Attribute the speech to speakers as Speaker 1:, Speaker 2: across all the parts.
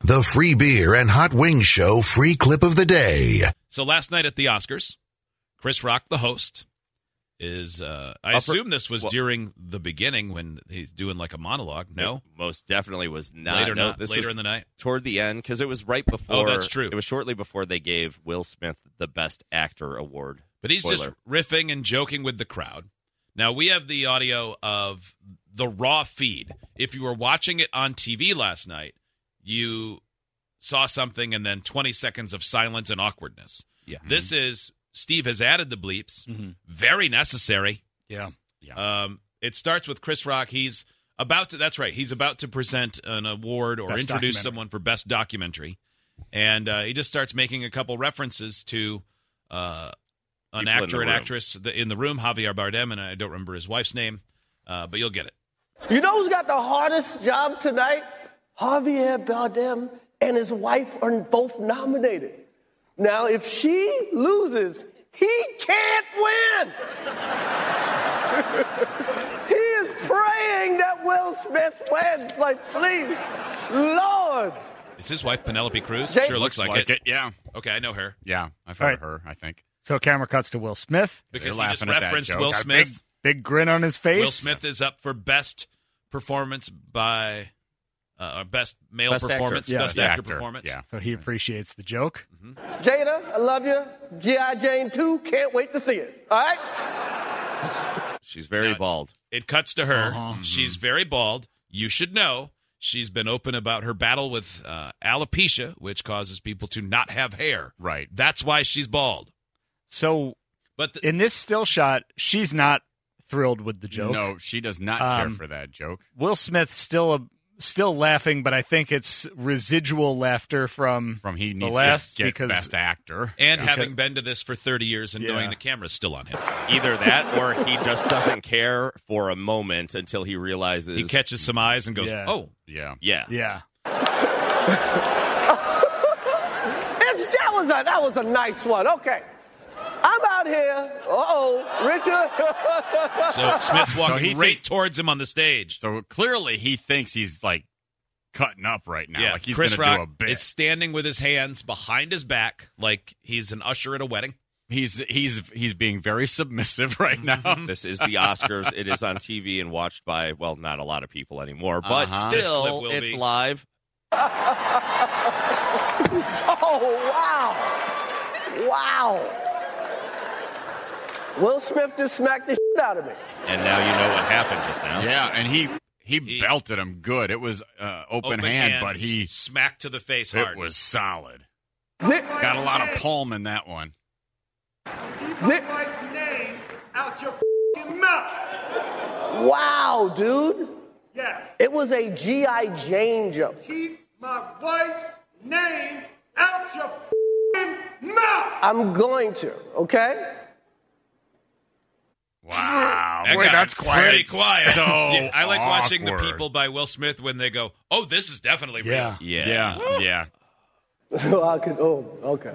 Speaker 1: The free beer and hot wings show free clip of the day.
Speaker 2: So last night at the Oscars, Chris Rock, the host, is. Uh, I
Speaker 3: Upper-
Speaker 2: assume this was
Speaker 3: well-
Speaker 2: during the beginning when he's doing like a monologue. No,
Speaker 3: It most definitely was not.
Speaker 2: later,
Speaker 3: no,
Speaker 2: not
Speaker 3: this
Speaker 2: later
Speaker 3: was
Speaker 2: in the night.
Speaker 3: toward the end because it was right before.
Speaker 2: that's true.
Speaker 3: It was shortly before they gave Will Smith the Best Actor award.
Speaker 2: But he's just
Speaker 3: Spoiler.
Speaker 2: riffing and joking with the crowd. Now we have the audio of the raw feed. If you were watching it on TV last night, you saw something and then 20 seconds of silence and awkwardness.
Speaker 4: Yeah.
Speaker 3: Mm-hmm.
Speaker 2: This is Steve has added the bleeps.
Speaker 4: Mhm.
Speaker 2: Very necessary.
Speaker 4: Yeah.
Speaker 2: Um, it starts with Chris Rock. He's about to. That's right. He's about to present an award or
Speaker 4: Best
Speaker 2: introduce
Speaker 4: documentary.
Speaker 2: someone for best documentary, and uh, he just starts making a couple references to uh, an
Speaker 3: People in
Speaker 2: actor
Speaker 3: the
Speaker 2: and
Speaker 3: room.
Speaker 2: actress th- in the room, Javier Bardem, and I don't remember his wife's name, uh, but you'll get it.
Speaker 5: You know who's got the hardest job tonight? Javier Bardem and his wife are both nominated. Now, if she loses, he can't win. he is praying that Will Smith wins. Like, please, Lord.
Speaker 2: Is his wife Penelope Cruz?
Speaker 5: Jake-
Speaker 2: sure looks, like, it.
Speaker 4: Yeah.
Speaker 2: Okay, I know her.
Speaker 4: Yeah. I've
Speaker 6: All right.
Speaker 4: her, I think.
Speaker 6: So camera cuts to Will Smith.
Speaker 2: Because
Speaker 4: They're
Speaker 2: he just
Speaker 4: laughing at that
Speaker 2: referenced
Speaker 4: joke.
Speaker 2: Will
Speaker 4: Got a
Speaker 2: Smith.
Speaker 6: Big grin on his face.
Speaker 2: Will Smith is up for best performance by uh, or best male
Speaker 3: Best actor.
Speaker 2: performance,
Speaker 6: Yeah.
Speaker 2: best
Speaker 4: The
Speaker 2: actor,
Speaker 4: actor,
Speaker 2: performance.
Speaker 4: yeah.
Speaker 6: So he appreciates the joke.
Speaker 4: Mm-hmm.
Speaker 5: Jada, I love you. G.I. Jane 2, can't wait to see it. All right?
Speaker 3: She's very
Speaker 2: Now-
Speaker 3: bald.
Speaker 2: It cuts to her.
Speaker 4: Uh-huh. Mm-hmm.
Speaker 2: She's very bald. You should know. She's been open about her battle with uh, alopecia, which causes people to not have hair.
Speaker 4: Right.
Speaker 2: That's why she's bald.
Speaker 6: So
Speaker 2: But the,
Speaker 6: in this still shot, she's not thrilled with the joke.
Speaker 4: No, she does not care
Speaker 6: Um,
Speaker 4: for that joke.
Speaker 6: Will Smith still still laughing, but I think it's residual laughter from
Speaker 4: From he needs
Speaker 6: last
Speaker 4: to get
Speaker 6: because-
Speaker 4: best actor.
Speaker 2: and
Speaker 6: Okay.
Speaker 2: having been to this for 30 years and
Speaker 6: Yeah.
Speaker 2: knowing the camera's still on him,
Speaker 3: Either that or he just doesn't care for a moment until he realizes
Speaker 2: he catches some eyes and goes,
Speaker 6: Yeah.
Speaker 2: "Oh,
Speaker 4: yeah.
Speaker 3: Yeah.
Speaker 6: yeah.
Speaker 5: It's, that was a that was a nice one. Okay. I'm out here. Uh-oh. Richard.
Speaker 2: so Smith's walking
Speaker 4: he
Speaker 2: right
Speaker 4: thinks-
Speaker 2: towards him on the stage."
Speaker 4: So clearly he thinks he's like cutting up right now.
Speaker 2: yeah,
Speaker 4: Like he's
Speaker 2: Chris
Speaker 4: gonna
Speaker 2: Rock
Speaker 4: do a bit.
Speaker 2: is standing with his hands behind his back, like he's an usher at a wedding.
Speaker 4: He's he's he's being very submissive right now.
Speaker 3: This is the Oscars. it is on TV and watched by well, not a lot of people anymore, but
Speaker 4: Uh-huh.
Speaker 2: This clip
Speaker 3: still,
Speaker 2: will
Speaker 3: it's
Speaker 2: be.
Speaker 3: live.
Speaker 5: Oh, wow. Wow. Will Smith just smacked the shit out of me.
Speaker 3: And now you know what happened just now.
Speaker 4: yeah, and he he, belted him good. It was uh, open, hand, but he
Speaker 2: smacked to the face hard.
Speaker 4: it was solid.
Speaker 5: Thi-
Speaker 4: Got a lot of palm in that one.
Speaker 5: thi-
Speaker 7: wife's name out your f***ing mouth.
Speaker 5: wow, dude.
Speaker 7: Yes,
Speaker 5: It was a G.I. Jane joke.
Speaker 7: keep my wife's name out your f***ing mouth.
Speaker 5: I'm going to, okay?
Speaker 4: Wow.
Speaker 2: That
Speaker 4: Boy,
Speaker 2: got
Speaker 4: that's quiet.
Speaker 2: Pretty quiet.
Speaker 4: So
Speaker 2: Yeah, I like watching the
Speaker 4: awkward.
Speaker 2: people by Will Smith when they go, "Oh, this is definitely real."
Speaker 6: Yeah.
Speaker 3: Yeah.
Speaker 4: Yeah, yeah.
Speaker 5: So I could, oh, okay.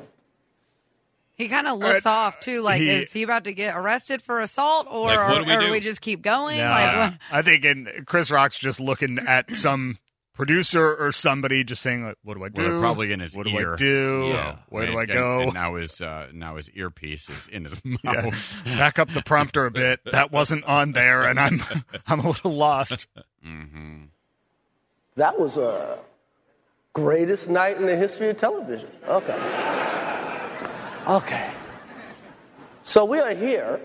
Speaker 8: He kind of looks off too. Like,
Speaker 6: he-
Speaker 8: is he about to get arrested for assault, or
Speaker 2: Like, what do we
Speaker 8: or
Speaker 2: do?
Speaker 8: we just keep going?
Speaker 6: Yeah.
Speaker 8: Like, what-
Speaker 6: I think in Chris Rock's just looking at some producer or somebody just saying like, what do I do?
Speaker 4: Well, they're probably in his
Speaker 6: what do
Speaker 4: ear.
Speaker 6: I do?
Speaker 4: Yeah.
Speaker 6: Where do
Speaker 4: And-
Speaker 6: I
Speaker 4: and-
Speaker 6: go?
Speaker 4: And now his uh, now his earpiece is in his mouth.
Speaker 6: Yeah. Back up the prompter a bit. That wasn't on there, and I'm I'm a little lost.
Speaker 5: That was a greatest night in the history of television. Okay. Okay. So we are here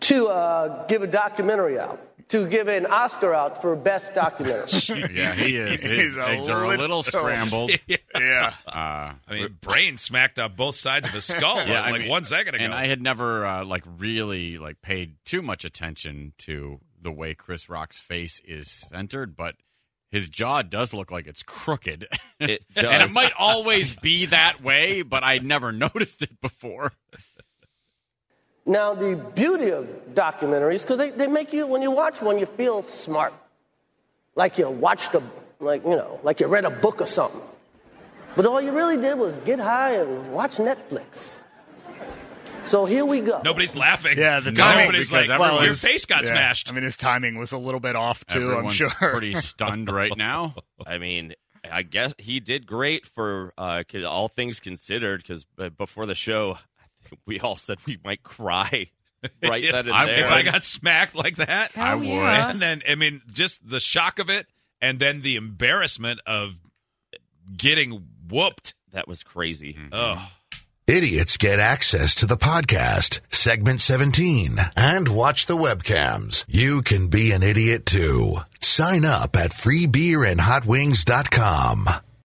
Speaker 5: to uh, give a documentary out, to give an Oscar out for best documentary.
Speaker 4: Yeah, he is. His
Speaker 6: He's a
Speaker 4: eggs are a little
Speaker 6: little-
Speaker 4: scrambled.
Speaker 6: Yeah,
Speaker 2: I mean, brain smacked up both sides of his skull
Speaker 4: Yeah, I
Speaker 2: like
Speaker 4: mean-
Speaker 2: one second ago.
Speaker 4: And I had never uh, like really like paid too much attention to the way Chris Rock's face is centered, but his jaw does look like it's crooked.
Speaker 3: It
Speaker 4: and it
Speaker 3: does.
Speaker 4: might always be that way, but I never noticed it before.
Speaker 5: now, the beauty of documentaries, because they, they make you, when you watch one, you feel smart. Like you watched a, like, you know, like you read a book or something. But all you really did was get high and watch Netflix. So here we go.
Speaker 2: Nobody's laughing.
Speaker 6: yeah. The
Speaker 4: No,
Speaker 6: timing
Speaker 2: nobody's
Speaker 4: because
Speaker 2: like,
Speaker 4: everyone-
Speaker 2: "Your
Speaker 6: his-
Speaker 2: face got
Speaker 6: yeah.
Speaker 2: smashed."
Speaker 6: I mean, his timing was a little bit off too.
Speaker 4: Everyone's
Speaker 6: I'm sure.
Speaker 4: pretty stunned right now.
Speaker 3: I mean, I guess he did great for uh, 'cause all things considered. Because before the show, I think we all said we might cry right
Speaker 2: If-
Speaker 3: then and
Speaker 4: I-
Speaker 3: there.
Speaker 2: if I got smacked like that,
Speaker 8: Hell
Speaker 4: would.
Speaker 8: yeah.
Speaker 2: and then I mean, just the shock of it, and then the embarrassment of getting whooped.
Speaker 3: that was crazy.
Speaker 2: Oh,
Speaker 1: Idiots get access to the podcast, segment 17, and watch the webcams. You can be an idiot too. Sign up at freebeerandhotwings.com.